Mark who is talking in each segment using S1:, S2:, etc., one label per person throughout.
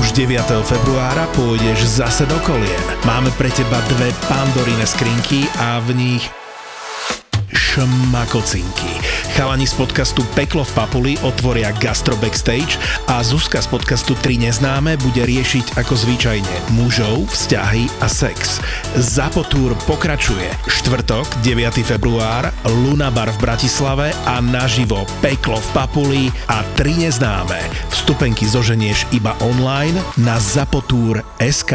S1: už 9. februára pôjdeš zase do kolien. Máme pre teba dve pandorine skrinky a v nich šmakocinky. Chalani z podcastu Peklo v Papuli otvoria Gastro Backstage a Zuzka z podcastu 3 neznáme bude riešiť ako zvyčajne mužov, vzťahy a sex. Zapotúr pokračuje. Štvrtok, 9. február, Luna Bar v Bratislave a naživo Peklo v Papuli a 3 neznáme. Vstupenky zoženieš iba online na zapotúr.sk.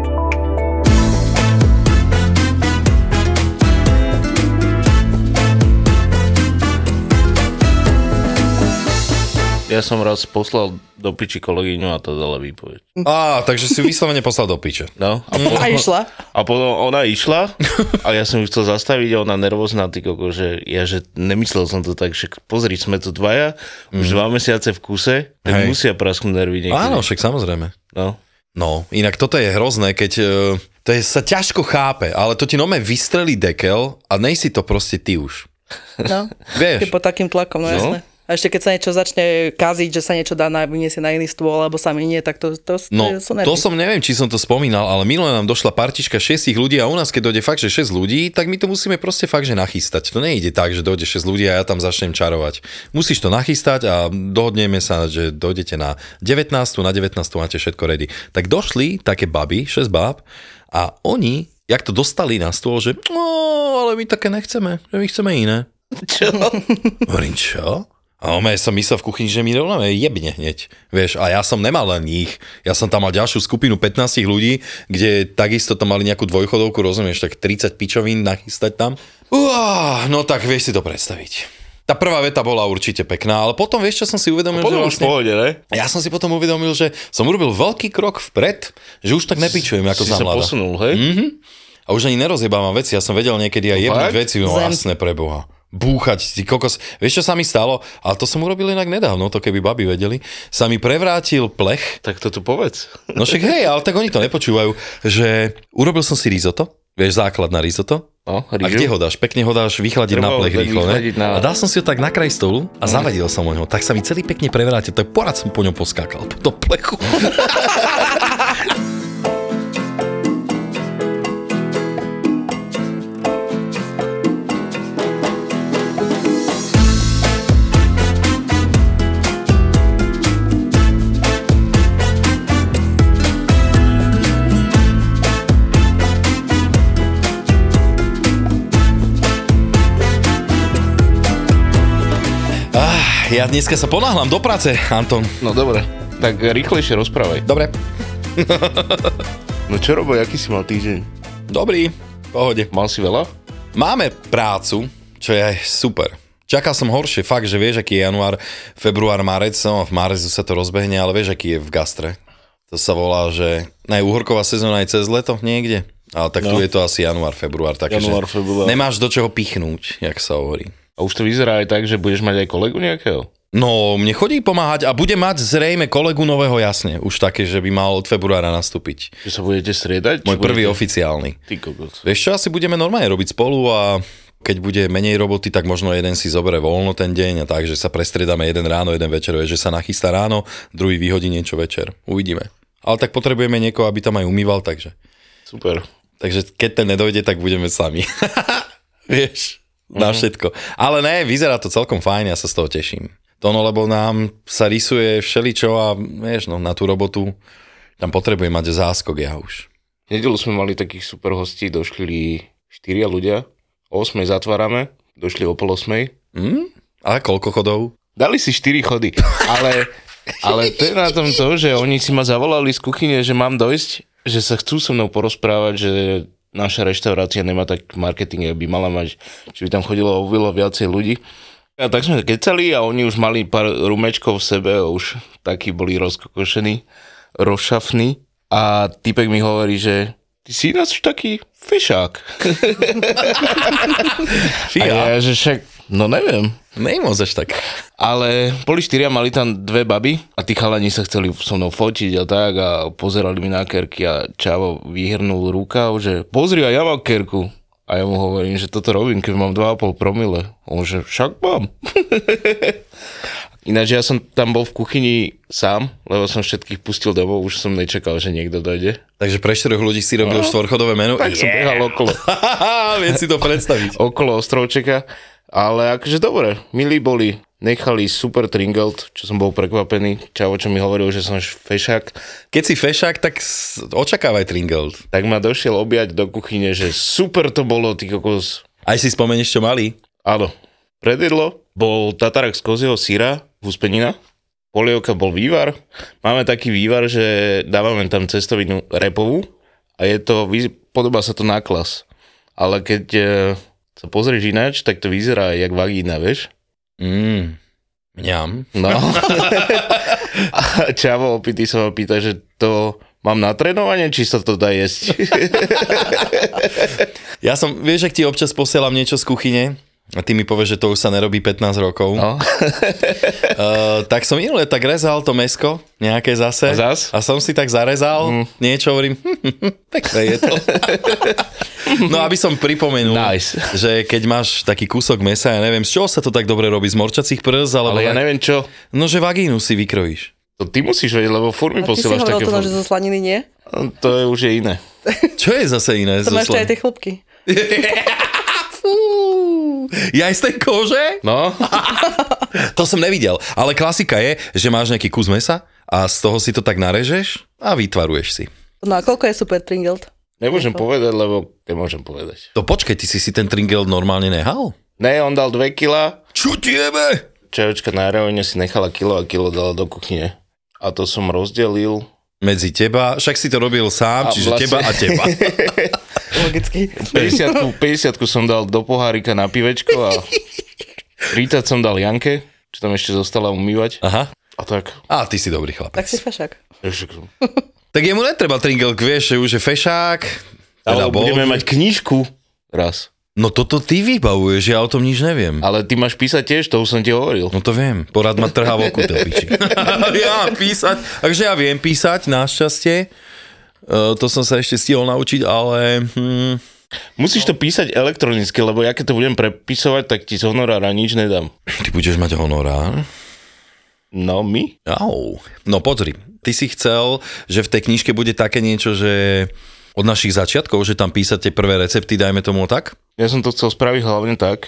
S2: Ja som raz poslal do piči kolegyňu a to dala výpoveď.
S3: Á, takže si ju vyslovene poslal do piče.
S2: No, a,
S4: Mhm. A išla.
S2: a potom ona išla a ja som ju chcel zastaviť a ona nervózna, ty koko, že ja, že nemyslel som to tak, že pozri, sme tu dvaja, už dva mesiace v kuse, tak
S3: Hej.
S2: musia prasknúť nervy niekedy.
S3: Áno, však samozrejme.
S2: No.
S3: No, inak toto je hrozné, keď e, to je, sa ťažko chápe, ale to ti nome vystrelí dekel a nejsi to proste ty už.
S4: No.
S3: Vieš?
S4: Keď pod takým tlakom, no,
S2: No.
S4: jasné. A ešte keď sa niečo začne kaziť, že sa niečo dá na, vyniesie na iný stôl, alebo sa minie, tak to, to, to,
S3: No,
S4: sú
S3: to
S4: nervy.
S3: som neviem, či som to spomínal, ale minule nám došla partička šiestich ľudí a u nás, keď dojde fakt, že 6 ľudí, tak my to musíme proste fakt, že nachystať. To nejde tak, že dojde 6 ľudí a ja tam začnem čarovať. Musíš to nachystať a dohodneme sa, že dojdete na 19, na 19 máte všetko ready. Tak došli také baby, 6 báb a oni, jak to dostali na stôl, že no, ale my také nechceme, že my chceme iné. Hovorím, čo? A on som myslel v kuchyni, že mi rovnáme jebne hneď. Vieš, a ja som nemal len ich. Ja som tam mal ďalšiu skupinu 15 ľudí, kde takisto tam mali nejakú dvojchodovku, rozumieš, tak 30 pičovín nachystať tam. Uá, no tak vieš si to predstaviť. Tá prvá veta bola určite pekná, ale potom vieš, čo som si uvedomil, že
S2: No, Potom už v
S3: vlastne...
S2: pohode, ne?
S3: Ja som si potom uvedomil, že som urobil veľký krok vpred, že už tak nepičujem ako
S2: si
S3: za
S2: sa
S3: mladá.
S2: posunul, hej?
S3: A už ani nerozjebávam veci, ja som vedel niekedy aj
S2: Fakt?
S3: jebnúť veci, no
S4: Zem.
S3: jasné pre Boha. Búchať, ty kokos. Vieš, čo sa mi stalo? Ale to som urobil inak nedávno, to keby baby vedeli. Sa mi prevrátil plech.
S2: Tak to tu povedz.
S3: No však hej, ale tak oni to nepočúvajú. Že urobil som si risotto, vieš, základ na risotto.
S2: No,
S3: A kde ho dáš? Pekne ho dáš vychladiť
S2: Treba
S3: na
S2: ho tak
S3: plech rýchlo, ne?
S2: vychladiť na-
S3: A dal som si ho tak na kraj stolu a zavadil som o ňo. Tak sa mi celý pekne prevrátil, tak porad som po ňom poskákal. Po tom plechu. Ah, ja dneska sa ponáhlam do práce, Anton.
S2: No dobre, tak rýchlejšie rozprávaj.
S3: Dobre.
S2: No čo robo, aký si mal týždeň?
S3: Dobrý. Pohode.
S2: Mal si veľa?
S3: Máme prácu, čo je super. Čakal som horšie, fakt, že vieš, aký je január, február, marec, no v marcu sa to rozbehne, ale vieš, aký je v gastre. To sa volá, že aj uhorková sezóna aj cez leto niekde, ale tak no. tu je to asi január, február, takže
S2: Január, február.
S3: nemáš do čoho pichnúť, jak sa hovorí.
S2: A už to vyzerá aj tak, že budeš mať aj kolegu nejakého?
S3: No, mne chodí pomáhať a bude mať zrejme kolegu nového, jasne, už také, že by mal od februára nastúpiť.
S2: Že sa budete striedať?
S3: Môj
S2: Či
S3: prvý
S2: budete-
S3: oficiálny.
S2: Ty kokos.
S3: Vieš čo, asi budeme normálne robiť spolu a keď bude menej roboty, tak možno jeden si zobere voľno ten deň a tak, že sa prestriedame jeden ráno, jeden večer, vieš, že sa nachystá ráno, druhý vyhodí niečo večer. Uvidíme. Ale tak potrebujeme niekoho, aby tam aj umýval, takže.
S2: Super.
S3: Takže keď ten nedojde, tak budeme sami. vieš, na všetko. Ale ne, vyzerá to celkom fajn, ja sa z toho teším. To no, lebo nám sa rysuje všeličo a vieš, no, na tú robotu tam potrebujem mať záskok ja už.
S2: V nedelu sme mali takých super hostí, došli štyria ľudia, o 8 zatvárame, došli o pol 8.
S3: Hm? A koľko chodov?
S2: Dali si 4 chody, ale, ale to je na tom to, že oni si ma zavolali z kuchyne, že mám dojsť, že sa chcú so mnou porozprávať, že naša reštaurácia nemá tak marketing, aby mala mať, že by tam chodilo oveľa viacej ľudí. A tak sme kecali a oni už mali pár rumečkov v sebe, a už takí boli rozkokošení, rozšafní. A typek mi hovorí, že ty si ináč taký fešák. A ja, že však No neviem.
S3: Nejmoc až tak.
S2: Ale boli štyria, mali tam dve baby a tí chalani sa chceli so mnou fotiť a tak a pozerali mi na kerky a Čavo vyhrnul rukav, že pozri a ja mám kerku. A ja mu hovorím, že toto robím, keď mám 2,5 promile. On že však mám. Ináč ja som tam bol v kuchyni sám, lebo som všetkých pustil domov, už som nečakal, že niekto dojde.
S3: Takže pre štyroch ľudí si robil štvorchodové
S2: No.
S3: menu.
S2: Tak som behal okolo,
S3: Viem si to predstaviť.
S2: okolo ostrovčeka, ale akože dobre, milí boli, nechali super tringelt, čo som bol prekvapený, čavo, čo mi hovoril, že som š- fešák,
S3: Keď si fešák, tak s- očakávaj tringelt.
S2: tak ma došiel objať do kuchyne, že super to bolo, ty kokos.
S3: Aj si spomenieš, čo mali?
S2: Áno, predjedlo bol tatarak z kozieho syra, huspenina, polievka bol vývar. Máme taký vývar, že dávame tam cestovinu repovú a je to, vyz- podobá sa to na klas. Ale keď e, sa pozrieš ináč, tak to vyzerá jak vagína, vieš?
S3: Mm. Mňam.
S2: No. A Čavo opitý sa ma pýta, že to mám na trénovanie, či sa to dá jesť.
S3: Ja som, vieš, ak ti občas posielam niečo z kuchyne, a ty mi povieš, že to už sa nerobí 15 rokov.
S2: No.
S3: Uh, tak som minule tak rezal to mesko, nejaké zase.
S2: A zas?
S3: A som si tak zarezal, mm. niečo hovorím, hm, pekné je to. no aby som pripomenul,
S2: Nice.
S3: že keď máš taký kúsok mesa, ja neviem, z čoho sa to tak dobre robí, z morčacích prs, alebo...
S2: Ale ja
S3: tak-
S2: neviem čo.
S3: No, že vagínu si vykrojíš.
S2: To ty musíš vedieť, lebo furt mi
S4: A ty si
S2: posielaš
S4: hovoril
S2: také
S4: to, že
S2: fotky.
S4: zo slaniny nie?
S2: To je už je iné.
S3: Čo je zase iné? zo
S4: To máš ešte
S3: slan-
S4: aj tie chlopky.
S3: Fú, Ja aj z tej kože?
S2: No,
S3: To som nevidel. Ale klasika je, že máš nejaký kus mesa a z toho si to tak narežeš a vytvaruješ si.
S4: No a koľko je super Tringelt?
S2: nemôžem povedať, lebo nemôžem povedať.
S3: To počkej, ty si si ten tringel normálne nehal?
S2: Ne, on dal 2 kila,
S3: Čo tiebe?
S2: čajočka na reóne si nechala kilo a kilo dala do kuchyne. A to som rozdelil.
S3: Medzi teba, však si to robil
S2: A
S3: sám, čiže
S2: vlastne-
S3: teba a teba.
S4: Logicky.
S2: 50, 50 som dal do pohárika na pivečko a 30 som dal Janke, čo tam ešte zostala umývať.
S3: Aha.
S2: A tak,
S3: A ty si dobrý chlapec.
S4: Tak si fašak.
S2: ešte
S3: Tak jemu netreba tringel, vieš, že už je fešák. Teda
S2: Ale
S3: bol.
S2: budeme mať knižku raz.
S3: No toto ty vybavuješ, ja o tom nič neviem.
S2: Ale ty máš písať tiež, to už som ti hovoril.
S3: No to viem, porad ma trhá v oku, to piči. ja mám písať, takže ja viem písať, našťastie. E, to som sa ešte stihol naučiť, ale... Hm,
S2: Musíš to písať elektronicky, lebo ja keď to budem prepisovať, tak ti z honorára nič nedám.
S3: ty budeš mať honorár.
S2: No, my?
S3: Au. No pozri, ty si chcel, že v tej knižke bude také niečo, že od našich začiatkov, že tam písať tie prvé recepty, dajme tomu tak?
S2: Ja som to chcel spraviť hlavne tak,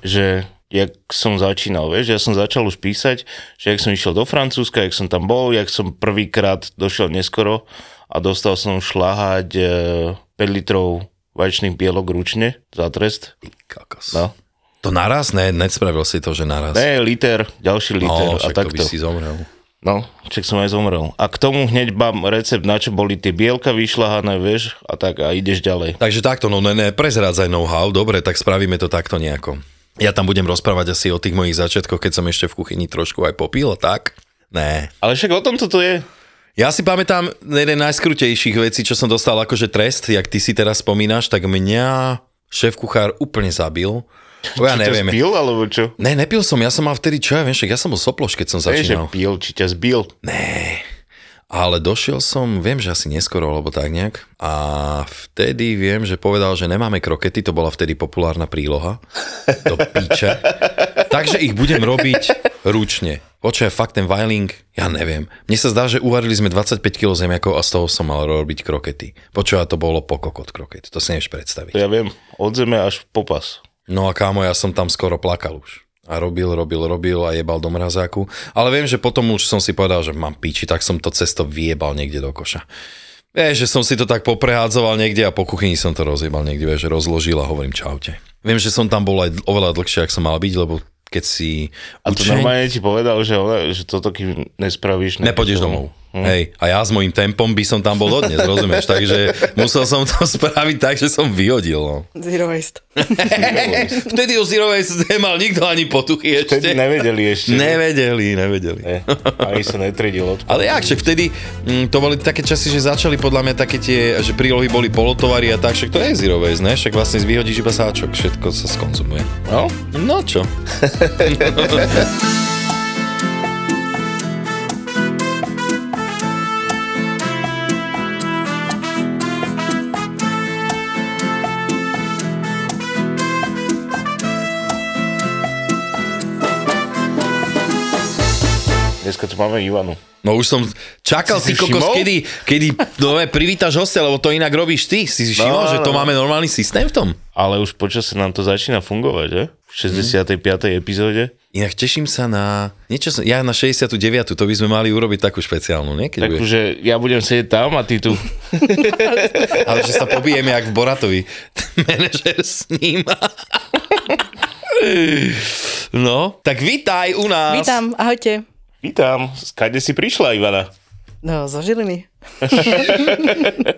S2: že jak som začínal, vieš, ja som začal už písať, že jak som išiel do Francúzska, jak som tam bol, jak som prvýkrát došiel neskoro a dostal som šláhať e, 5 litrov vaječných bielok ručne za trest.
S3: Ty Kakos.
S2: No.
S3: To naraz? Ne, nespravil si to, že naraz.
S2: Ne, liter, ďalší liter
S3: no,
S2: a
S3: však to by
S2: takto.
S3: si zomrel.
S2: No, však som aj zomrel. A k tomu hneď bám recept, na čo boli tie bielka vyšľahané, vieš, a tak a ideš ďalej.
S3: Takže takto, no ne, ne, prezrádzaj know-how, dobre, tak spravíme to takto nejako. Ja tam budem rozprávať asi o tých mojich začiatkoch, keď som ešte v kuchyni trošku aj popil, a tak? Ne.
S2: Ale však o tom toto je.
S3: Ja si pamätám jeden najskrutejších vecí, čo som dostal akože trest, jak ty si teraz spomínaš, tak mňa šéf kuchár úplne zabil. O, ja
S2: Či ťa
S3: neviem.
S2: zbil, alebo čo?
S3: Ne, nepil som, ja som mal vtedy, čo ja viem, však ja som bol soploš, keď som
S2: Vieš, že
S3: začínal.
S2: pil, či ťa zbil.
S3: Ale došiel som, viem, že asi neskoro, alebo tak nejak. A vtedy viem, že povedal, že nemáme krokety, to bola vtedy populárna príloha. Do piče. Takže ich budem robiť ručne. Počkaj, fakt ten vajling, ja neviem. Mne sa zdá, že uvarili sme 25 kg zemiakov a z toho som mal robiť krokety. Počkaj, to bolo pokokot kroket, to si nevieš predstaviť.
S2: To ja viem, od zeme až po pas.
S3: No a kámo, ja som tam skoro plakal už. A robil, robil, robil a jebal do mrazáku. Ale viem, že potom už som si povedal, že mám piči, tak som to cesto vyjebal niekde do koša. Vieš, že som si to tak poprehádzoval niekde a po kuchyni som to rozjebal niekde, vieš, že rozložil a hovorím čaute. Viem, že som tam bol aj d- oveľa dlhšie, ak som mal byť, lebo keď si
S2: A to normálne ti povedal, že, ona, že toto kým nespravíš...
S3: nepôjdeš domov. Hej, a ja s mojím tempom by som tam bol dodnes, rozumieš? Takže musel som to spraviť tak, že som vyhodil. No.
S4: Zero waste.
S3: Vtedy o Zero Waste nemal nikto ani potuchy ešte.
S2: Vtedy nevedeli ešte.
S3: Nevedeli, nevedeli.
S2: Ne. Ani sa netredil odpad.
S3: Ale jak, však vtedy, mm, to boli také časy, že začali podľa mňa také tie, že prílohy boli polotovary a tak, však to je zero waste, ne? Však vlastne vyhodíš iba sáčok, všetko sa skonzumuje.
S2: No,
S3: No čo?
S2: dneska tu máme Ivanu.
S3: No už som čakal,
S2: Si si
S3: ty kokos,
S2: všimol?
S3: kedy, kedy nové privítaš hostia, lebo to inak robíš ty. Si si všimol,
S2: No,
S3: že to
S2: no.
S3: máme normálny systém v tom?
S2: Ale už počasie nám to začína fungovať, že? V 65. epizóde.
S3: Inak teším sa na... Niečo som, ja na 69. to by sme mali urobiť takú špeciálnu, nie? Keď bude.
S2: Takže ja budem sedieť tam a ty tu.
S3: Ale že sa pobijeme jak v Boratovi. Manažer sníma. No, tak vítaj u nás.
S4: Vítam, ahojte.
S2: Vítam, skade si prišla Ivana?
S4: No, zo Žiliny.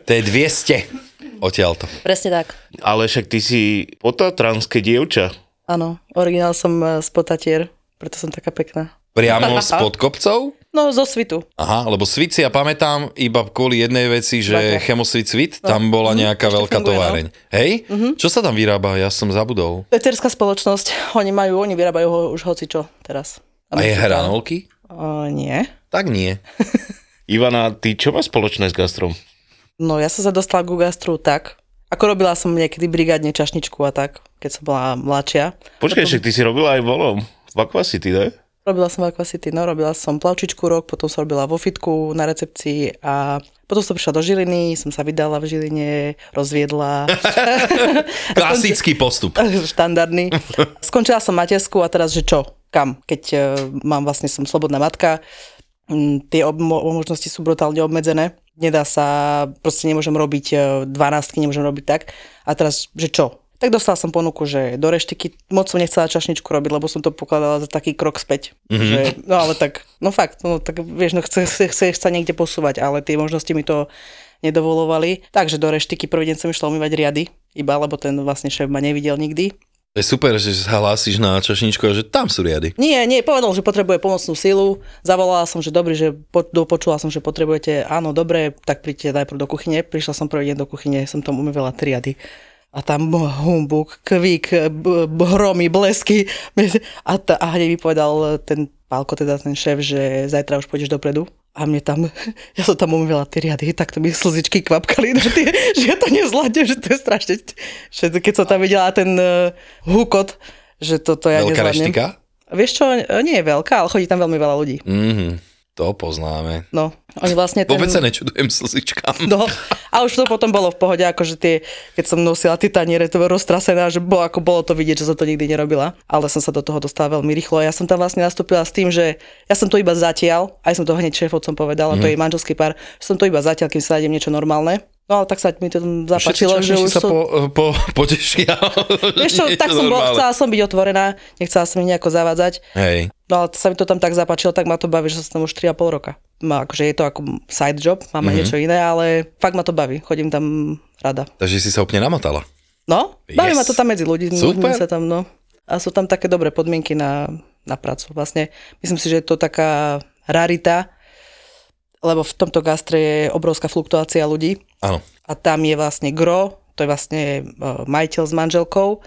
S3: To je 200. Odtiaľto.
S4: Presne tak.
S2: Ale však ty si potatranské dievča.
S4: Áno, originál som eh, z Potatier, preto som taká pekná.
S3: Priamo spod kopcov?
S4: No, zo Svitu.
S3: Aha, lebo svit si ja pamätám iba kvôli jednej veci, že
S4: Dvakrát.
S3: chemosvit svit,
S4: No.
S3: tam bola nejaká veľká
S4: funguje, no.
S3: továreň. Hej? Čo sa tam vyrába? Ja som zabudol.
S4: Peterská spoločnosť, oni majú, oni vyrábajú ho už hocičo teraz.
S3: A je hranolky?
S4: O, nie.
S3: Tak nie.
S2: Ivana, ty čo má spoločné s gastrom?
S4: No, ja som sa dostala ku gastru tak, ako robila som niekedy brigádne čašničku a tak, keď som bola mladšia.
S2: Počkaj, však ty si robila aj volom. V Aquacity, ne?
S4: Robila som v Aquacity, no robila som plavčičku rok, potom som robila vo fitku na recepcii a potom som prišla do Žiliny, som sa vydala v Žiline, rozviedla,
S3: Klasický postup.
S4: štandardný. Skončila som matersku a teraz, že čo, kam, keď eh, mám vlastne, som slobodná matka, Mm, tie ob- mo- možnosti sú brutálne obmedzené, nedá sa, proste nemôžem robiť eh, 12, nemôžem robiť tak a teraz, že čo, tak dostala som ponuku, že do reštiky moc som nechcela čašničku robiť, lebo som to pokladala za taký krok späť. Mm-hmm. Že, no ale tak, no fakt, no tak vieš, no chce, chce, chceš sa niekde posúvať, ale tie možnosti mi to nedovolovali. Takže do reštiky prvý deň som išla umývať riady, iba lebo ten vlastne šéf ma nevidel nikdy.
S3: To je super, že sa hlásiš na čašničku a že tam sú riady.
S4: Nie, nie, povedal, že potrebuje pomocnú silu. Zavolala som, že dobrý, že po, dopočula som, že potrebujete, áno, dobre, tak príďte najprv do kuchyne. Prišla som prvý deň do kuchyne, som tam umývala triady. A tam b- humbuk, kvík, b- b- hromy, blesky. A, t- a hneď mi povedal ten pálko, teda ten šéf, že zajtra už pôjdeš dopredu. A mne tam, ja som tam umývala tie riady, tak to mi slzičky kvapkali, na tie, že ja to nezvládnem, že to je strašne. Že keď som tam videla ten uh, hukot, že toto ja
S3: Veľká
S4: nezvládnem.
S3: reštika?
S4: Vieš čo, e, nie je veľká, ale chodí tam veľmi veľa ľudí.
S3: Mhm, to poznáme.
S4: No, oni vlastne ten...
S3: Vôbec sa nečudujem slzičkám.
S4: No, a už to potom bolo v pohode, akože tie, keď som nosila tie taniere, to bolo roztrasená, že bolo, ako bolo to vidieť, že som to nikdy nerobila. Ale som sa do toho dostala veľmi rýchlo. Ja som tam vlastne nastúpila s tým, že ja som to iba zatiaľ, aj som to hneď šéfovcom povedala,
S3: Mhm.
S4: mm. to je manželský pár, som to iba zatiaľ, kým sa nájdem niečo normálne. No ale tak sa mi to tam zapáčilo, že už
S3: sa
S4: som...
S3: po, eh, po, potešia.
S4: Vieš čo, tak som bola, chcela som byť otvorená, nechcela som ich nejako zavádzať.
S3: Hej.
S4: No ale sa mi to tam tak zapáčilo, tak ma to baví, že som tam už 3,5 roka. Má, akože je to ako side job,
S3: Mhm.
S4: máme mm-hmm. niečo iné, ale fakt ma to baví, chodím tam rada.
S3: Takže si sa úplne namotala.
S4: No, baví
S3: Yes.
S4: ma to tam medzi ľuďmi,
S3: Super.
S4: ľuďmi sa tam, no. A sú tam také dobré podmienky na, na prácu. Vlastne myslím si, že je to taká rarita, lebo v tomto gastre je obrovská fluktuácia ľudí
S3: Áno.
S4: a tam je vlastne gro, to je vlastne e, majiteľ s manželkou,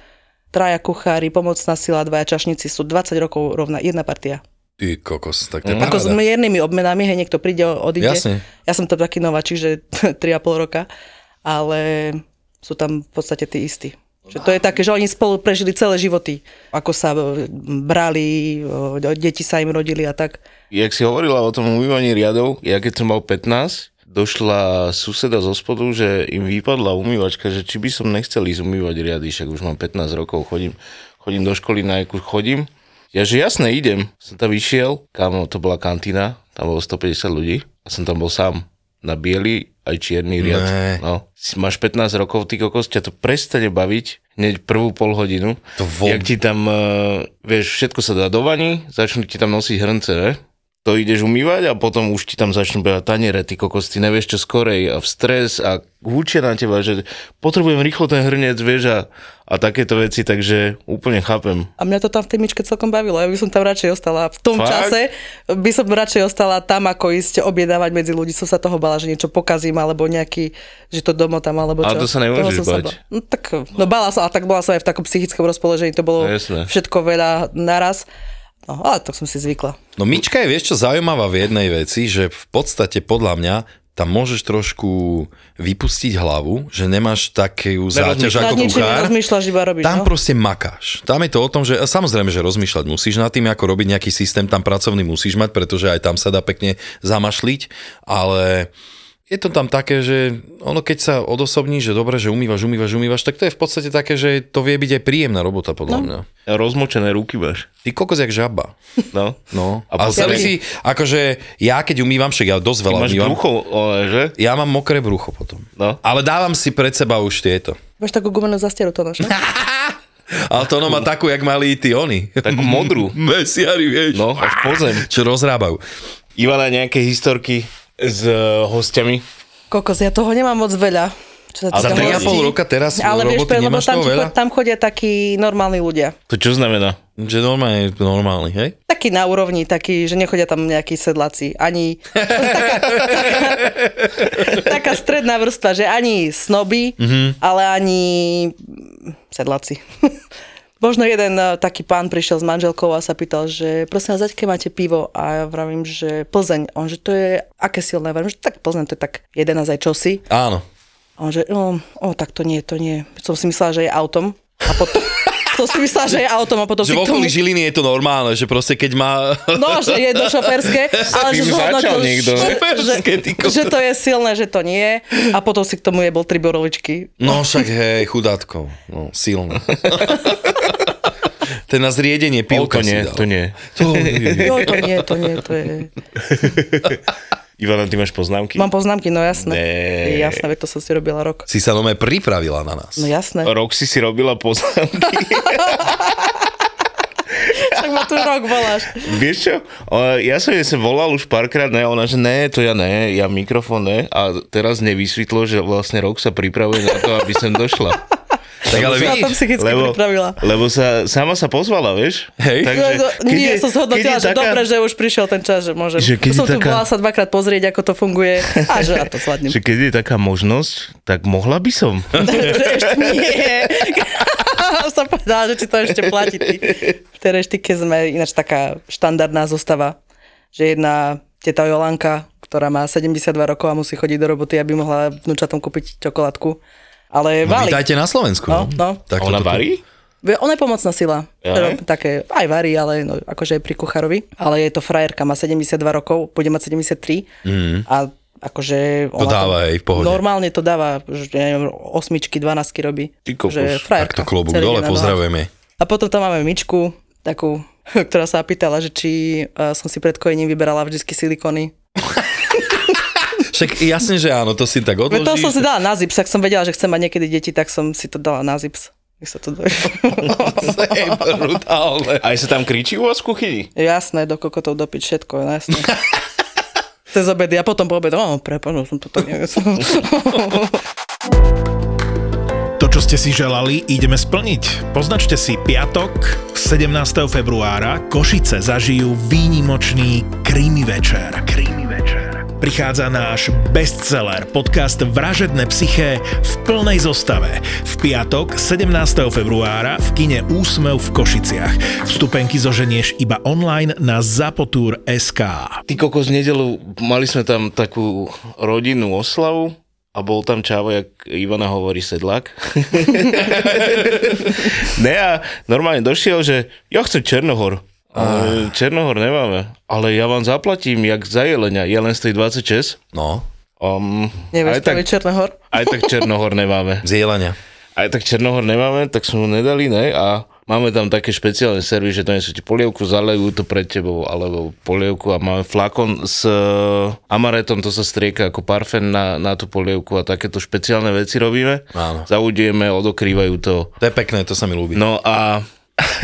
S4: traja kuchári, pomocná sila, dvaja čašníci, sú 20 rokov rovná jedna partia.
S3: Ty kokos, tak to je
S4: Ako s
S3: paráda.
S4: miernymi obmenami, hej, niekto príde,
S3: Hm.
S4: odíde.
S3: Jasne.
S4: Ja som tam taký nováčik, že 3,5 roka, ale sú tam v podstate tí istí. Že to je také, že oni spolu prežili celé životy, ako sa e, brali, e, deti sa im rodili a tak.
S2: Jak si hovorila o tom umývaní riadov, ja keď som mal 15, došla suseda zo spodu, že im vypadla umývačka, že či by som nechcel ísť umývať riady, však už mám 15 rokov, chodím, chodím do školy, na jakú chodím. Ja že jasne idem, som tam išiel, kamo, to bola kantína, tam bolo 150 ľudí a som tam bol sám na biely aj čierny riad.
S3: Ne.
S2: No. Si máš 15 rokov, ty kokos, ťa to prestane baviť hneď prvú pol hodinu.
S3: To vo-
S2: e, Jak ti tam, eh, vieš, všetko sa dá do vani, začnú ti tam nosiť hrnce, ne? to ideš umývať a potom už ti tam začnú behať taniere, ty kokos, ty nevieš čo skorej a v stres a húčia na teba, že potrebujem rýchlo ten hrniec, vieš a, a takéto veci, takže úplne chápem.
S4: A mňa to tam v tej myčke celkom bavilo, ja by som tam radšej ostala. V tom
S2: Fakt?
S4: Fakt? čase by som radšej ostala tam, ako ísť objedávať medzi ľudí. Som sa toho bala, že niečo pokazím, alebo nejaký, že to domo tam, alebo čo.
S2: Ale to sa nemôžeš
S4: Toho som sa
S2: bať.
S4: bala. No, tak, no bala som, a tak bola som aj v takom psychickom rozpoložení, to bolo
S2: No, jasné.
S4: všetko veľa naraz. No, ale to som si zvykla.
S3: No myčka je, vieš čo, zaujímavá v jednej veci, že v podstate podľa mňa tam môžeš trošku vypustiť hlavu, že nemáš takú záťaž ako
S4: Nad ničím
S3: kuchár.
S4: nerozmýšľaš, iba robíš,
S3: Tam
S4: no?
S3: proste makáš. Tam je to o tom, že a samozrejme, že rozmýšľať musíš nad tým, ako robiť nejaký systém, tam pracovný musíš mať, pretože aj tam sa dá pekne zamašliť, ale je to tam také, že ono keď sa odosobní, že dobre, že umývaš, umývaš, umývaš, tak to je v podstate také, že to vie byť aj príjemná robota podľa no. mňa.
S2: A rozmočené ruky máš.
S3: Ty kokos jak žaba.
S2: No.
S3: No.
S2: A
S3: A, a
S2: potom-
S3: sami si, akože ja keď umývam, však ja dosť veľa
S2: Máš
S3: umývam.
S2: brucho, ale že?
S3: Ja mám mokré brucho potom.
S2: No.
S3: Ale dávam si pred seba už tieto.
S4: Máš takú gumenú zastieru, to nož, no?
S3: Ale to ono má takú, jak mali tí oni.
S2: Takú modrú.
S3: Mesiari, vieš.
S2: No, až po zem.
S3: Čo rozrábajú.
S2: Ivana, nejaké historky s e, hostiami?
S4: Kokos, ja toho nemám moc veľa. Čo sa
S2: A za
S4: týka
S2: tri a
S4: hostí.
S3: pol roka teraz
S4: Ale vieš,
S3: roboty
S4: pre- lebo
S3: nemáš
S4: tam,
S3: toho
S4: ti
S3: veľa?
S4: cho- tam chodia takí normálni ľudia.
S2: To čo znamená?
S3: Že normálne, normálny, hej?
S4: Taký na úrovni, taký, že nechodia tam nejakí sedláci. Ani... taká, taká, taká stredná vrstva, že ani snoby,
S3: Mhm.
S4: ale ani sedláci. Možno jeden e, taký pán prišiel s manželkou a sa pýtal, že prosím vás, aké máte pivo? A ja vravím, že Plzeň. A On, že to je aké silné? Ja Vravím, že tak Plzeň, to je tak 11 aj čosi.
S3: Áno.
S4: A on že, no, o, tak to nie, to nie. Som si myslela, že je autom. A potom, som si myslela, že je autom a potom
S3: Že v
S4: si k tomu...
S3: okolí Žiliny je to normálne, že proste keď má...
S4: No, že je to šoferské, ale že
S2: Tým začal
S4: zhodnotil,
S2: niekto.
S4: že, že,
S3: Šoferské, ty kokos.
S4: že to je silné, že to nie. A potom si k tomu jebol tri boroličky.
S3: No však hej, chudátko. No, silno. to je na zriedenie
S2: to
S3: pivka si
S2: nie,
S3: dal.
S2: to nie.
S3: To nie.
S4: Jo, No, to nie, to nie, to je...
S2: Ivana, ty máš poznámky?
S4: Mám poznámky, no jasné.
S2: Nee.
S4: Jasné, veď to som si robila rok.
S3: Si sa nome pripravila na nás.
S4: No jasné.
S2: Roxy si robila poznámky.
S4: Tak ma tu rok voláš.
S2: Vieš čo? O, Ja som jej sem volal už párkrát, ne, ona, že ne, to ja ne, ja mikrofón ne. A teraz nevysvetlo, že vlastne rok sa pripravuje na to, aby sem došla.
S3: Tak ale
S4: Na tom
S3: vidíš,
S4: psychicky pripravila.
S2: lebo sa, sama sa pozvala, vieš?
S3: Hej.
S4: No,
S2: keď
S4: nie,
S2: je-
S4: som
S2: keď
S4: zhodnotila,
S2: je
S4: že
S2: taká-
S4: dobre, že už prišiel ten čas, že môžem.
S2: Že keď je
S4: som tu
S2: taká-
S4: bola sa dvakrát pozrieť, ako to funguje a že ja to zvládnem.
S2: Že keď je taká možnosť, tak mohla by som.
S4: že ešte nie. som povedala, že či to ešte platí. Ty. V tej reštike sme ináč taká štandardná zostava, že jedna teta Jolanka, ktorá má 72 rokov a musí chodiť do roboty, aby mohla vnúčatom kúpiť čokoládku. Ale
S3: No,
S4: valí.
S3: vítajte na Slovensku.
S4: No, no.
S3: Tak
S2: Ona
S3: toto-
S2: varí?
S4: Ve- Ona je pomocná sila.
S2: Aj?
S4: Rob, také, aj varí, ale no, akože aj pri kucharovi. Ale je to frajerka, má 72 rokov, bude mať 73. Mm. A akože...
S3: Mhm. To dáva aj v pohode.
S4: Normálne to dáva, že ja neviem, osmičky, dvanáctky robí.
S2: Ty kokos.
S4: Že
S3: Tak
S4: frajerka.
S3: to klobúk
S4: celý
S3: dole,
S4: deň na nohách.
S3: pozdravujeme.
S4: A potom tam máme myčku, takú, ktorá sa pýtala, že či eh, som si pred kojením vyberala vždy silikóny.
S3: Však jasne, že áno, to si tak
S4: Veď
S3: odložíš.
S4: to som si dala na zips, ak som vedela, že chcem mať niekedy deti, tak som si to dala na zips. Nech sa to
S3: To je brutálne.
S2: Aj sa tam kričí u vás v kuchyni?
S4: Jasné, do kokotov dopiť všetko, no jasné. Cez obedy a potom po obedu, o, prepáč, som toto neviem.
S1: To, čo ste si želali, ideme splniť. Poznačte si piatok 17. februára. Košice zažijú výnimočný krímy večer. Krímy večer. Prichádza náš bestseller, podcast Vražedné psyché v plnej zostave. V piatok 17. februára v kine Úsmev v Košiciach. Vstupenky zoženieš iba online na zapotur.sk.
S2: Ty kokos v nedelu, mali sme tam takú rodinnú oslavu a bol tam čávo, jak Ivana hovorí, sedlák. ne a normálne došiel, že ja chcem Černohor. Ale Černohor nemáme, ale ja vám zaplatím jak za jelenia, jelen stojí 26.
S3: No,
S2: Um,
S4: Nevieš,
S2: aj, tak,
S4: tak... Černohor?
S2: aj tak Černohor nemáme.
S3: zjelania.
S2: Aj tak Černohor nemáme, tak sme mu nedali, ne? A máme tam také špeciálne servis, že donesú ti polievku, zalejú to pred tebou, alebo polievku a máme flakon s e, amaretom, to sa strieka ako parfém na, na tú polievku a takéto špeciálne veci robíme.
S3: Áno.
S2: Zaudieme, odokrývajú to.
S3: To je pekné, to sa mi ľúbi.
S2: No a No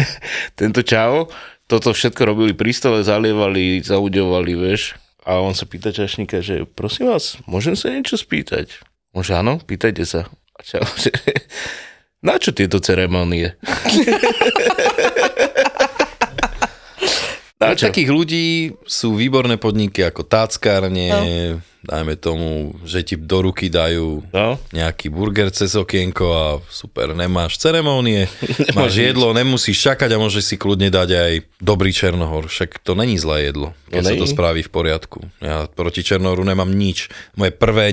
S2: tento čavo toto všetko robili pri stole, zalievali, zauďovali, vieš. A on sa pýta čašníka, že prosím vás, môžem sa niečo spýtať? On že áno, pýtajte sa. A čau, že, na čo tieto ceremonie? na
S3: Pre
S2: čo?
S3: takých ľudí sú výborné podniky ako táckárne,
S2: No.
S3: dajme tomu, že ti do ruky dajú
S2: No,
S3: nejaký burger cez okienko a super, nemáš ceremónie, máš jedlo, nemusíš čakať a môžeš si kľudne dať aj dobrý Černohor, však to není zlé jedlo, keď
S2: No,
S3: sa to
S2: není.
S3: spraví v poriadku. Ja proti Černohoru nemám nič, moje prvé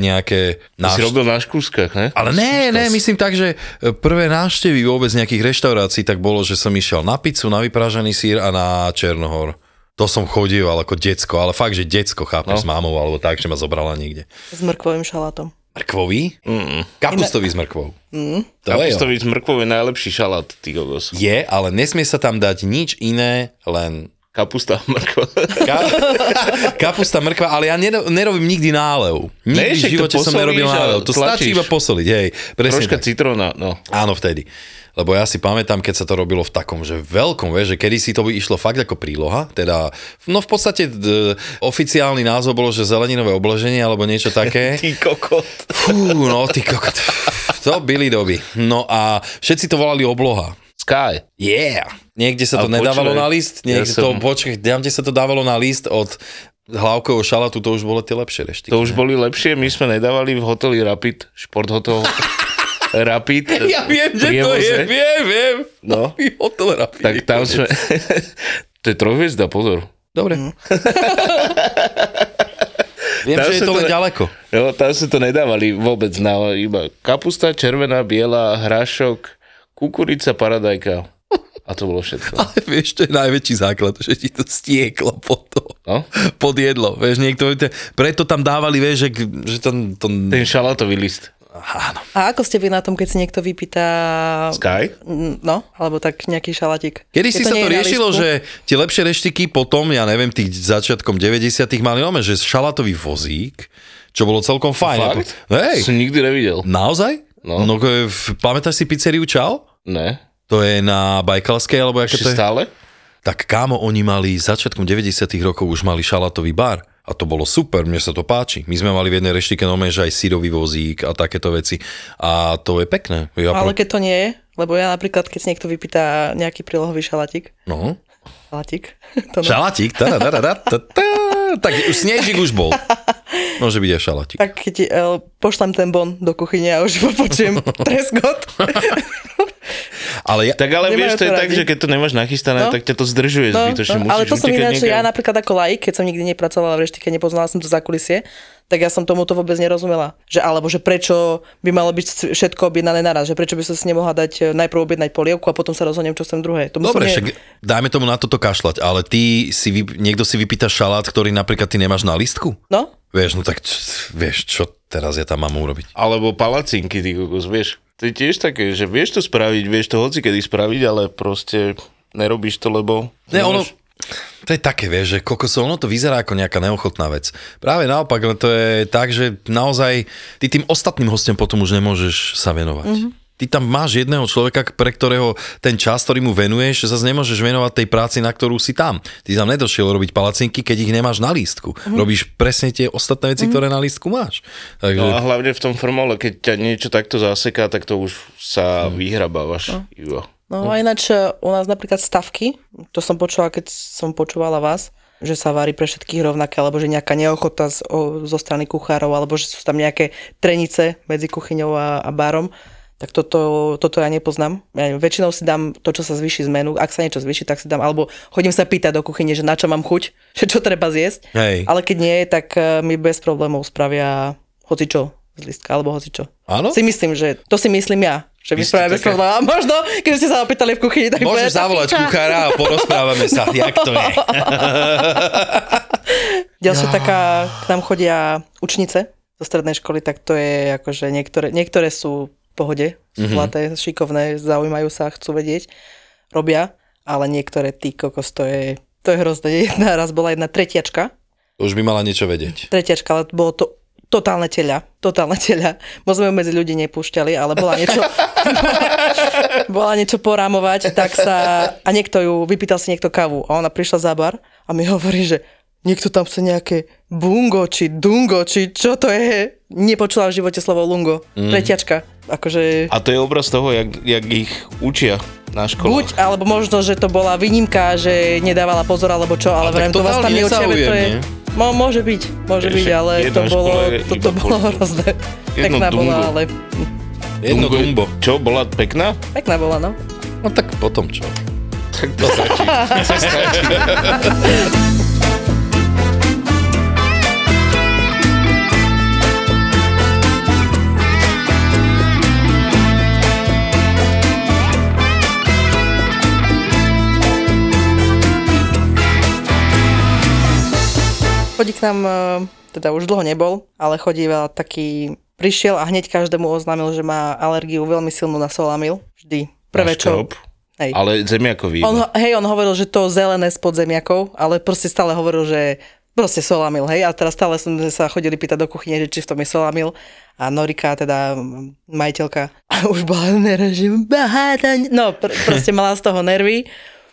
S2: Ty
S3: nejaké
S2: si
S3: návštevy.
S2: robil na škúskach, ne?
S3: Ale ne, ne, myslím tak, že e, prvé návštevy vôbec nejakých reštaurácií tak bolo, že som išiel na pizzu, na vyprážaný sír a na Černohor. To som chodieval ako decko, ale fakt, že decko, chápeš, no. s mámou alebo tak, že ma zobrala niekde.
S4: S mrkvovým šalátom.
S3: Mrkvový? Mm. Kapustový s mrkvou. Mm. To je, jo.
S2: Kapustový z mrkvou je najlepší šalát, ty kokos.
S3: je, ale nesmie sa tam dať nič iné, len
S2: Kapusta a mrkva.
S3: ka- kapusta, mrkva, ale ja nedo- nerobím nikdy nálev. Nikdy
S2: Ne, však
S3: v
S2: to
S3: živote som
S2: posolíš
S3: nerobil
S2: a
S3: nálev. To stačí
S2: tlačíš.
S3: iba posoliť, hej. Presne
S2: Troška
S3: tak.
S2: citróna, no.
S3: Áno, vtedy. Lebo ja si pamätám, keď sa to robilo v takom, že veľkom, vieš, že kedy si to by išlo fakt ako príloha, teda, no v podstate d, oficiálny názov bolo, že zeleninové obloženie alebo niečo také.
S2: Ty kokot.
S3: Fú, no ty kokot. To byli doby. No a všetci to volali obloha.
S2: Sky.
S3: Yeah. Niekde sa to
S2: Ale
S3: nedávalo
S2: počkaj,
S3: na list,
S2: ja
S3: niekde to,
S2: som-
S3: počkaj, kde sa to dávalo na list od hlavkového šalatu, to už bolo tie lepšie reštiky.
S2: To už boli lepšie, my sme nedávali v hoteli Rapid, šport hotel Rapid.
S3: Ja viem, že to
S2: prievoze.
S3: je, viem, viem.
S2: No.
S3: Hotel Rapid.
S2: Tak tam sme... to je trojhviezda, pozor.
S3: Dobre. Viem,
S2: Dá
S3: že je
S2: sa
S3: to
S2: to
S3: len
S2: ne-
S3: ďaleko.
S2: Jo, tam sa to nedávali vôbec na iba kapusta, červená, biela, hrášok, kukurica, paradajka. A to bolo všetko.
S3: Vieš, to je najväčší základ, že ti to stieklo pod to.
S2: No?
S3: Pod jedlo, vieš, niekto, te- preto tam dávali, vieš, že, k- že to, to...
S2: Ten šalátový list.
S3: Áno.
S4: A ako ste vy na tom, keď si niekto vypýta...
S2: Sky?
S4: Mm, No, alebo tak nejaký šalatík.
S3: Kedy
S4: Keď
S3: si sa to
S4: nie je na
S3: riešilo,
S4: lístku,
S3: že tie lepšie reštiky potom, ja neviem, tých začiatkom 90 mali nome, že šalatový vozík, čo bolo celkom fajn.
S2: Fakt?
S3: Hej,
S2: Som nikdy nevidel.
S3: naozaj?
S2: No.
S3: no to je v- pamätáš si pizzeriu Čau?
S2: Ne.
S3: To je na Bajkalskej, alebo aké to
S2: Ešte
S3: je?
S2: stále?
S3: tak kámo, oni mali začiatkom 90 rokov už mali šalatový bar. A to bolo super, mne sa to páči. My sme mali v jednej reštike nome, že aj sírový vozík a takéto veci. A to je pekné. Ja
S4: Ale
S3: pro...
S4: keď to nie je, lebo ja napríklad, keď si niekto vypýta nejaký prílohový šalatík,
S3: No.
S4: šalatík, to no,
S3: Šalatík. Tá, tá, tá, tá, tá, tá. Tak už snežik už bol. Môže byť aj šalatík.
S4: tak keď ti, eh, pošlem ten bon do kuchyne a už počujem treskot.
S3: Ale ja...
S2: Tak ale
S4: Nemajú
S2: vieš, to je
S4: to
S2: tak,
S4: radi.
S2: že keď to nemáš nachystané,
S4: No.
S2: tak ťa to zdržuje
S4: No,
S2: zbytočne.
S4: no, ale
S2: Musíš
S4: to som
S2: utekať
S4: ináč,
S2: niekam.
S4: ja napríklad ako laik, keď som nikdy nepracovala v reštike, nepoznala som to za kulisie, tak ja som tomuto vôbec nerozumela. Že, alebo že prečo by malo byť všetko objednané naraz, že prečo by som si nemohla dať eh, najprv objednať polievku a potom sa rozhodnem, čo chcem druhé. To
S3: Dobre, však dajme tomu na toto kašľať, ale ty si, vyp... niekto si vypýta šalát, ktorý napríklad ty nemáš na listku?
S4: No,
S3: Vieš, no tak č- vieš, čo teraz ja tam mám urobiť?
S2: Alebo palacinky, ty kokos, vieš. To je tiež také, že vieš to spraviť, vieš to hocikedy spraviť, ale proste nerobíš to, lebo...
S3: Ne, ono,
S2: nemáš-
S3: to je také, vieš, že kokosov, ono to vyzerá ako nejaká neochotná vec. Práve naopak, ale to je tak, že naozaj ty tým ostatným hostom potom už nemôžeš sa venovať. Mm-hmm. Ty tam máš jedného človeka, pre ktorého ten čas, ktorý mu venuješ, zase nemôžeš venovať tej práci, na ktorú si tam. Ty tam nedošiel robiť palacinky, keď ich nemáš na lístku. Mm-hmm. Robíš presne tie ostatné veci, mm-hmm. ktoré na lístku máš. Takže...
S2: No a hlavne v tom formále, keď ťa niečo takto zaseká, tak to už sa vyhrabávaš. Iba.
S4: Hm. No a ináč e, u nás napríklad stavky, to som počula, keď som počúvala vás, že sa varí pre všetkých rovnaké, alebo že nejaká neochota z, o, zo strany kuchárov, alebo že sú tam nejaké trenice medzi kuchyňou a, a barom, tak toto, toto ja nepoznám. Ja neviem, väčšinou si dám to, čo sa zvyši z menu. Ak sa niečo zvyši, tak si dám, alebo chodím sa pýtať do kuchyne, že na čo mám chuť, že čo treba zjesť.
S3: Hej.
S4: Ale keď nie, tak e, mi bez problémov spravia hocičo z listka, alebo hocičo.
S3: Áno?
S4: Si myslím, že to si myslím ja. Že
S3: Vy
S4: by
S3: ste
S4: spravia bez
S3: No. také-
S4: problémov. A možno, keď ste sa opýtali v kuchyni, tak bude
S3: Môžeš
S4: tá
S3: zavolať
S4: pizza.
S3: kuchára a porozprávame sa, jak to je.
S4: Ďalšia taká, k nám chodia učnice zo strednej školy, tak to je akože niektoré, niektoré sú v pohode,
S3: Mhm.
S4: sú zlaté, šikovné, zaujímajú sa, chcú vedieť, robia, ale niektoré ty kokos, to je, to je hrozné. Jedna raz bola jedna tretiačka,
S3: Už by mala niečo vedieť.
S4: tretiačka, ale bolo to Totálne teľa, totálne teľa. Moc sme ju medzi ľudí nepúšťali, ale bola niečo, bola niečo porámovať, tak sa, a niekto ju, vypýtal si niekto kávu a ona prišla za bar a mi hovorí, že niekto tam chce nejaké bungo, či dungo, či čo to je. Nepočula v živote slovo lungo. Mm. Preťačka. Akože...
S2: A to je obraz toho, jak, jak ich učia na školách.
S4: Buď, alebo možno, že to bola výnimka, že nedávala pozor alebo čo, ale
S3: tak
S4: vrem, to vás tam
S3: totálne
S4: neučia, veď to je...
S3: nezaujemne.
S4: No, môže byť, môže
S2: Ešte
S4: byť, ale
S2: jedno
S4: to
S2: v škole
S4: bolo,
S2: je
S4: to, to
S2: iba
S4: bolo
S2: Polsko.
S4: hrozné.
S2: Jedno
S4: Pekná bola,
S2: dungo.
S4: ale...
S3: Jedno
S2: Dungo je-
S3: dumbo.
S2: Čo, bola pekná?
S4: Pekná bola, no.
S3: No tak potom čo?
S2: Tak to stačí. To stačí.
S4: Chodí k nám, e, teda už dlho nebol, ale chodíval taký... Prišiel a hneď každému oznámil, že má alergiu veľmi silnú na solamil. Vždy. Prvé
S2: Na
S4: čo.
S2: škrob.
S4: Hej.
S2: Ale zemiakový.
S4: On, ho- hej, on hovoril, že to zelené spod zemiakov, ale proste stále hovoril, že proste solamil, hej, a teraz stále som sa chodili pýtať do kuchyne, že či v tom je solamil a Norika, teda mm, majiteľka, už bola nervy, že baháta, no pr- proste mala z toho nervy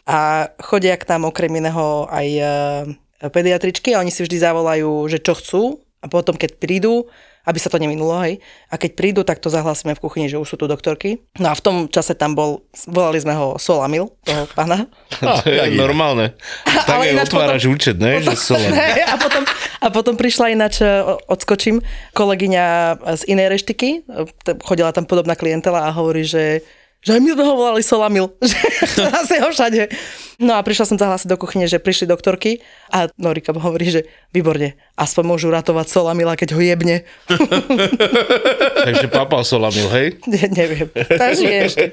S4: a chodia k nám okrem iného aj e, pediatričky a oni si vždy zavolajú, že čo chcú a potom, keď prídu, aby sa to neminulo, hej. A keď prídu, tak to zahlasíme v kuchyni, že už sú tu doktorky. No a v tom čase tam bol, volali sme ho Solamil, toho pána.
S2: To je
S3: Tak je.
S2: normálne. Tak
S4: No, ale
S2: aj
S4: ináč
S2: otváraš účet, ne? Že solen.
S4: Hej, a, potom, a potom prišla ináč, e, o- odskočím, kolegyňa z inej reštiky, e, t- chodila tam podobná klientela a hovorí, že že aj my sme ho volali Solamil, že asi ho všade. No a prišla som zahlásiť do kuchyne, že prišli doktorky a Norika hovorí, že výborne, aspoň môžu ratovať Solamila, keď ho jebne.
S2: Takže papal solamil, hej?
S4: Ne, neviem. Takže ešte,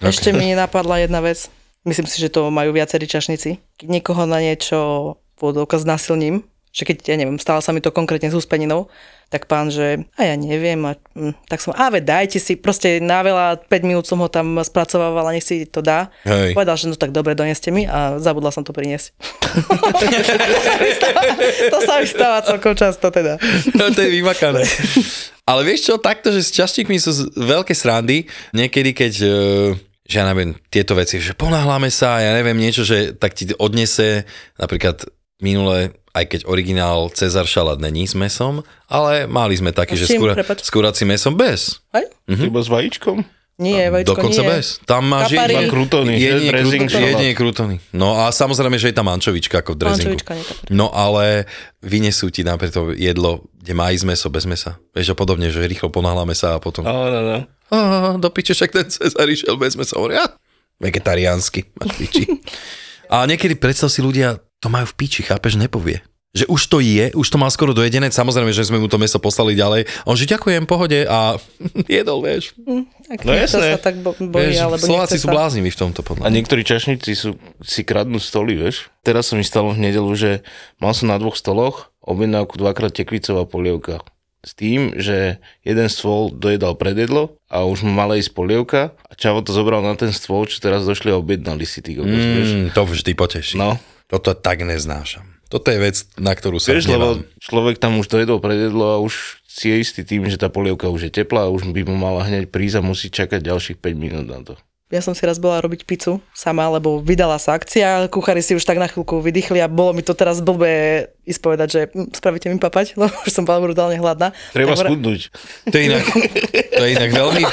S4: ešte mi napadla jedna vec. Myslím si, že to majú viacerí čašníci. Keď niekoho na niečo podokaz násilním, že keď, ja neviem, stalo sa mi to konkrétne s úspeninou, tak pán, že a ja neviem, a, mm, tak som, a veď dajte si, proste na veľa, 5 minút som ho tam spracovávala, nech si to dá.
S3: Hej.
S4: Povedal, že no tak dobre, doneste mi a zabudla som to priniesť. to sa mi stáva celkom často teda.
S3: No, to je vymakané. Ale vieš čo, takto, že s čaštíkmi sú z- veľké srandy, niekedy keď e, že ja neviem, tieto veci, že ponáhľame sa, ja neviem, niečo, že tak ti odnese, napríklad minule, aj keď originál Cezar šalát není s mesom, ale mali sme taký,
S4: A s
S3: že
S4: čím,
S3: skúra,
S4: prepáč?
S3: s kuracím mesom bez.
S4: Hej?
S2: Iba s vajíčkom?
S4: Nie, Vojtko,
S3: Dokonca
S4: nie.
S3: bez. Tam máš
S4: Kapari.
S3: jedine-
S4: Iba
S2: krutony, že?
S3: jedine
S2: Dressing
S3: krutony,
S2: salát.
S3: jedine krutony. No a samozrejme, že je tam ančovička ako v drezingu.
S4: Ančovička, nie, kapari.
S3: No ale vynesú ti napríklad to jedlo, kde má ísť meso bez mesa. Vieš, a podobne, že rýchlo ponáhľame sa a potom
S2: No, no, no.
S3: a, do piče, však ten Cezar išiel bez mesa. Hovorí, a, vegetariánsky, máš piči. a niekedy predstav si ľudia, to majú v piči, chápeš, nepovie. Že už to je, už to má skoro dojedené, samozrejme, že sme mu to meso poslali ďalej. A On že ďakujem, pohode a jedol, vieš.
S4: Tak
S2: No
S4: niekto
S2: jasné.
S4: sa tak bo- bojí,
S3: vieš
S4: alebo
S3: Slováci
S4: nechce
S3: sú
S4: sa.
S3: blázniví v tomto podľa.
S2: A niektorí čašníci sú, si kradnú stoly, vieš? Teraz som mi stalo v nedelu, že mal som na dvoch stoloch objednávku dvakrát tekvicová polievka. S tým, že jeden stôl dojedal predjedlo a už mu mala ísť polievka a Čavo to zobral na ten stôl, čo teraz došli a objednali si ty kokos, vieš?
S3: Mm, to vždy poteší.
S2: No.
S3: Toto tak neznášam. Toto je vec, na ktorú sa
S2: Vieš, lebo
S3: hnevám.
S2: človek tam už dojedol predjedlo a už si je istý tým, že tá polievka už je teplá a už by mu mala hneď prísť a musí čakať ďalších 5 minút na to.
S4: Ja som si raz bola robiť pizzu sama, lebo vydala sa akcia, kuchári si už tak na chvíľku vydýchli a bolo mi to teraz blbé ísť povedať, že "Mm, spravíte mi papať, lebo už som bola brutálne hladná.
S2: Treba
S4: Tak hovorím,
S2: schudnúť.
S3: To je inak, to je inak veľmi...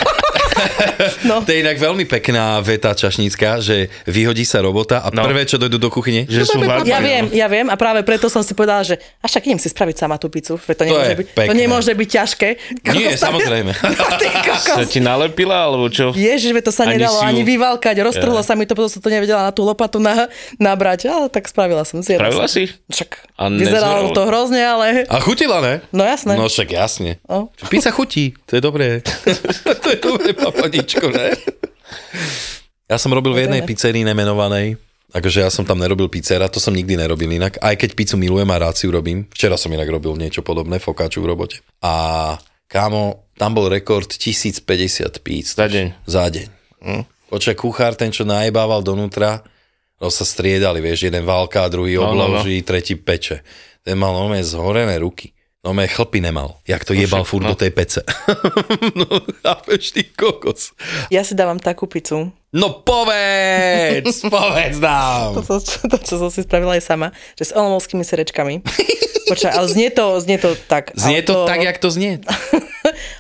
S4: No.
S3: To je inak veľmi pekná veta čašnícka, že vyhodí sa robota a
S2: No.
S3: prvé, čo dojdú do kuchyne,
S2: Že sú
S4: Ja
S2: vábne.
S4: viem, ja viem a práve preto som si povedala, že a však idem si spraviť sama tú pizzu, pretože to,
S3: To
S4: nemôže,
S3: je
S4: byť, to
S3: pekné.
S4: nemôže byť ťažké. No,
S3: Nie, samozrejme.
S4: Ty kokos.
S2: Sa ti nalepila, alebo čo?
S4: Ježiš, veď to sa
S2: Ani
S4: nedalo
S2: si ju-
S4: ani vyvalkať, roztrhlo sa mi to, potom som to nevedela na tú lopatu na, nabrať, ale tak spravila som si.
S2: Spravila si?
S4: Čak,
S2: A nezhorelo.
S4: vyzeralo to hrozne, ale...
S3: A chutila, ne?
S4: No jasné.
S3: No však jasne.
S4: O.
S3: Pizza chutí, to je dobré. to je dobré, papadičko, ne? Ja som robil v jednej pizzerii nemenovanej, akože ja som tam nerobil pizzera, to som nikdy nerobil inak, aj keď pizzu milujem a rád si ju robím. Včera som inak robil niečo podobné, fokáču v robote. A kámo, tam bol rekord 1050 píc.
S2: Za deň.
S3: Za deň. Hm? Počkaj, kuchár, ten, čo najebával donútra, no sa striedali, vieš, jeden válka, druhý
S2: no, no.
S3: obloží, tretí peče. Ten mal normálne zhorené ruky. Normálne chlpy nemal. Jak to
S2: No
S3: jebal
S2: však,
S3: furt
S2: no.
S3: do tej pece. no, chápeš ty kokos.
S4: Ja si dávam takú pizzu,
S3: No povedz, povedz
S4: to,
S3: nám.
S4: to, čo, to, čo som si spravila aj sama, že s olamovskými serečkami. Počkaj, ale znie to, znie to tak.
S3: Znie
S4: ale
S3: to tak, jak to znie.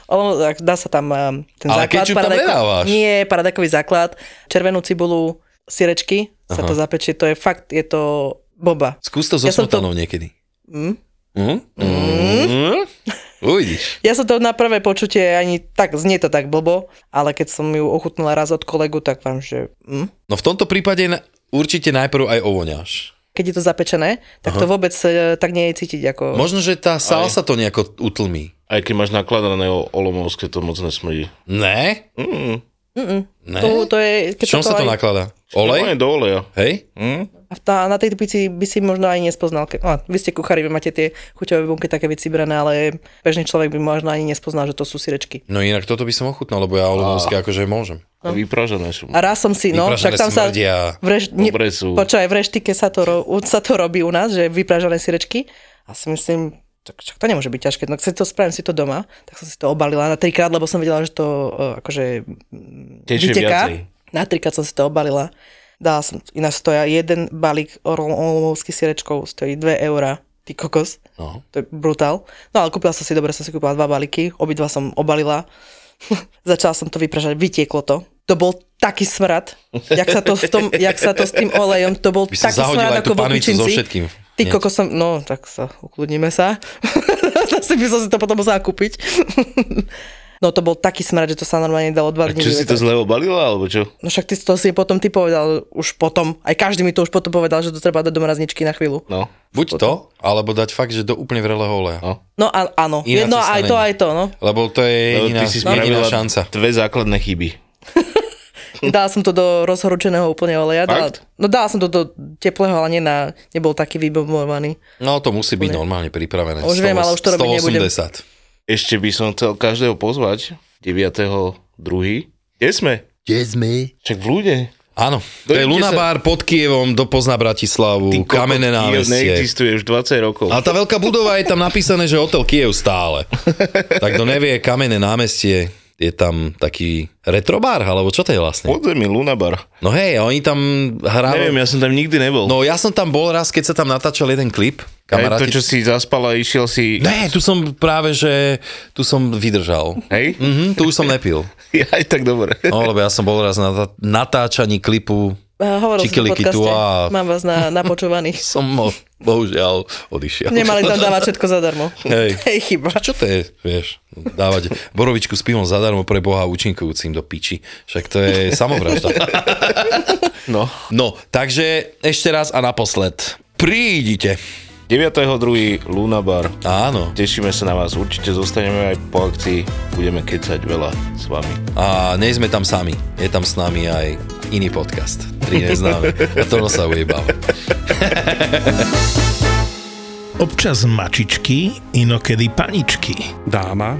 S4: Olomouc, ak dá sa tam um, ten
S3: Ale
S4: základ.
S3: kečup tam
S4: paradajko-
S3: nedávaš.
S4: Nie, paradajkový základ, červenú cibulu, sirečky, sa
S3: Aha.
S4: to zapečie, to je fakt, je to boba.
S3: Skús to so ja
S4: Ja som to-
S3: smotanou niekedy.
S4: Mm.
S3: Hm? Mm. Uvidíš.
S4: Ja som to na prvé počutie ani tak, znie to tak blbo, ale keď som ju ochutnala raz od kolegu, tak vám, že mm.
S3: No v tomto prípade na- určite najprv aj ovoňáš.
S4: keď je to zapečené, tak to vôbec e, tak nie je cítiť ako...
S3: Možno, že tá salsa to nejako utlmí.
S2: Aj keď máš nakladané o- olomovské, to moc nesmrdí.
S3: Ne?
S2: Mm.
S3: Ne?
S4: to, to je, keď
S3: V čom sa to nakladá? Olej?
S2: Normálne do oleja.
S3: Hej?
S2: Mm.
S4: A tá, na tej pici by si možno aj nespoznal. Ke, no, vy ste kuchári, vy máte tie chuťové bunky také vycibrané, ale bežný človek by možno ani nespoznal, že to sú sirečky.
S3: No inak toto by som ochutnal, lebo ja olomovské akože môžem.
S2: No. Vypražené sú.
S4: A raz som si, no,
S3: Vypražené
S4: však tam sa...
S3: smrdia.
S4: V reš, ne,
S2: Dobre sú.
S4: počúaj, v reštike sa to, ro, u- sa to robí u nás, že vypražané sirečky. A si myslím, tak však to nemôže byť ťažké. No, keď to spravím si to doma, tak som si to obalila na trikrát, lebo som vedela, že to e, akože mm,
S2: Tečie viacej.
S4: vyteká. Na trikrát som si to obalila. Dala som, ináč stoja jeden balík orl- orlovských sirečkov, stojí 2 eurá. Ty kokos.
S3: No.
S4: To je brutál. No ale kúpila som si, dobre, som si kúpila dva balíky, obidva som obalila. Začala som to vypražať, vytieklo to. To bol taký smrad, jak sa to, v tom, jak sa to s tým olejom, to bol
S3: By som
S4: taký
S3: zahodil
S4: smrad
S3: aj tú
S4: ako vo
S3: panvicu so
S4: pičinci.
S3: všetkým.
S4: Ty
S3: Nie.
S4: koko som, no tak sa ukludníme sa. Asi by som si to potom musela kúpiť. no to bol taký smrad, že to sa normálne dalo dva
S2: A
S4: dní.
S2: čo si to
S4: vyvetrať.
S2: zle obalila, alebo čo?
S4: No však ty to si potom ty povedal, už potom, aj každý mi to už potom povedal, že to treba dať do mrazničky na chvíľu.
S2: No.
S3: Buď to, alebo dať fakt, že do úplne vrelého oleja.
S2: No.
S4: No a, áno,
S3: Iná
S4: jedno
S3: cesta
S4: aj to,
S3: není.
S4: aj to, no.
S3: Lebo to je
S2: Lebo
S3: jediná,
S2: ty si
S3: jediná
S2: spravila
S3: šanca.
S2: dve základné chyby.
S3: Hm.
S4: Dala som to do rozhorčeného úplne oleja. Dala,
S2: Fakt?
S4: no dala som to do teplého, ale nie na, nebol taký vybomovaný.
S3: No to musí byť normálne pripravené.
S4: Už viem, ale už to robiť nebudem.
S3: 180.
S2: Ešte by som chcel každého pozvať 9.2. Kde sme?
S3: Kde sme?
S2: Však v ľude.
S3: Áno, to je
S2: Dojdite
S3: Luna
S2: sa-
S3: Bar pod Kievom, dopozna Bratislavu, kamenné námestie.
S2: Neexistuje už 20 rokov.
S3: Ale tá veľká budova je tam napísané, že hotel Kiev stále. Tak kto nevie, kamenné námestie, je tam taký retrobar, alebo čo to je vlastne?
S2: Podzemí Lunabar.
S3: No hej, a oni tam
S2: Neviem,
S3: hrali...
S2: ja som tam nikdy nebol.
S3: No ja som tam bol raz, keď sa tam natáčal jeden klip.
S2: Kamaráti...
S3: Kamaráti...
S2: To, čo si zaspal a išiel si...
S3: Ne, tu som práve, že tu som vydržal.
S2: Hej?
S3: Mhm, tu už som nepil.
S2: Aj tak dobre.
S3: No, lebo ja som bol raz na ta- natáčaní klipu,
S4: Eh, Hovoril som v
S3: Čikiliky
S4: podcaste,
S3: tu a-
S4: mám vás na, napočúvaných.
S3: som mo- bohužiaľ odišiel.
S4: Nemali tam dávať všetko zadarmo.
S3: Hej.
S4: Hej, chyba.
S3: A čo to je, vieš, dávať borovičku s pivom zadarmo pre Boha účinkujúcim do piči. Však to je samovražda.
S2: No.
S3: No, takže ešte raz a naposled. Prídite.
S2: 9.2. Lunabar.
S3: Áno.
S2: Tešíme sa na vás. Určite zostaneme aj po akcii. Budeme kecať veľa s vami.
S3: A nie sme tam sami. Je tam s nami aj iný podcast. Tri neznáme. A to sa ujebáva.
S1: Občas mačičky, inokedy paničky.
S5: dáma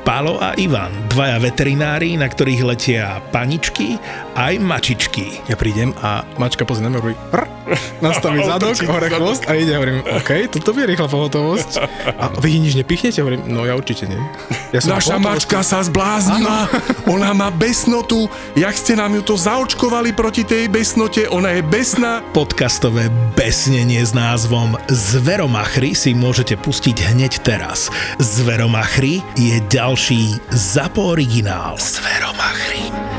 S1: Palo a Ivan, dvaja veterinári, na ktorých letia paničky aj mačičky.
S6: Ja prídem a mačka pozrie na mňa, hovorí, "Prr." nastaví zadok, hore chvost a ide, hovorím, OK, toto je rýchla pohotovosť. A vy nič nepichnete? Hovorím, no ja určite nie. Ja som
S5: Naša
S6: v pohotovosti.
S5: mačka sa zbláznila, ona má besnotu, jak ste nám ju to zaočkovali proti tej besnote, ona je besná.
S1: Podcastové besnenie s názvom Zveromachry si môžete pustiť hneď teraz. Zveromachry je ďalší ZAPO originál. Zveromachry.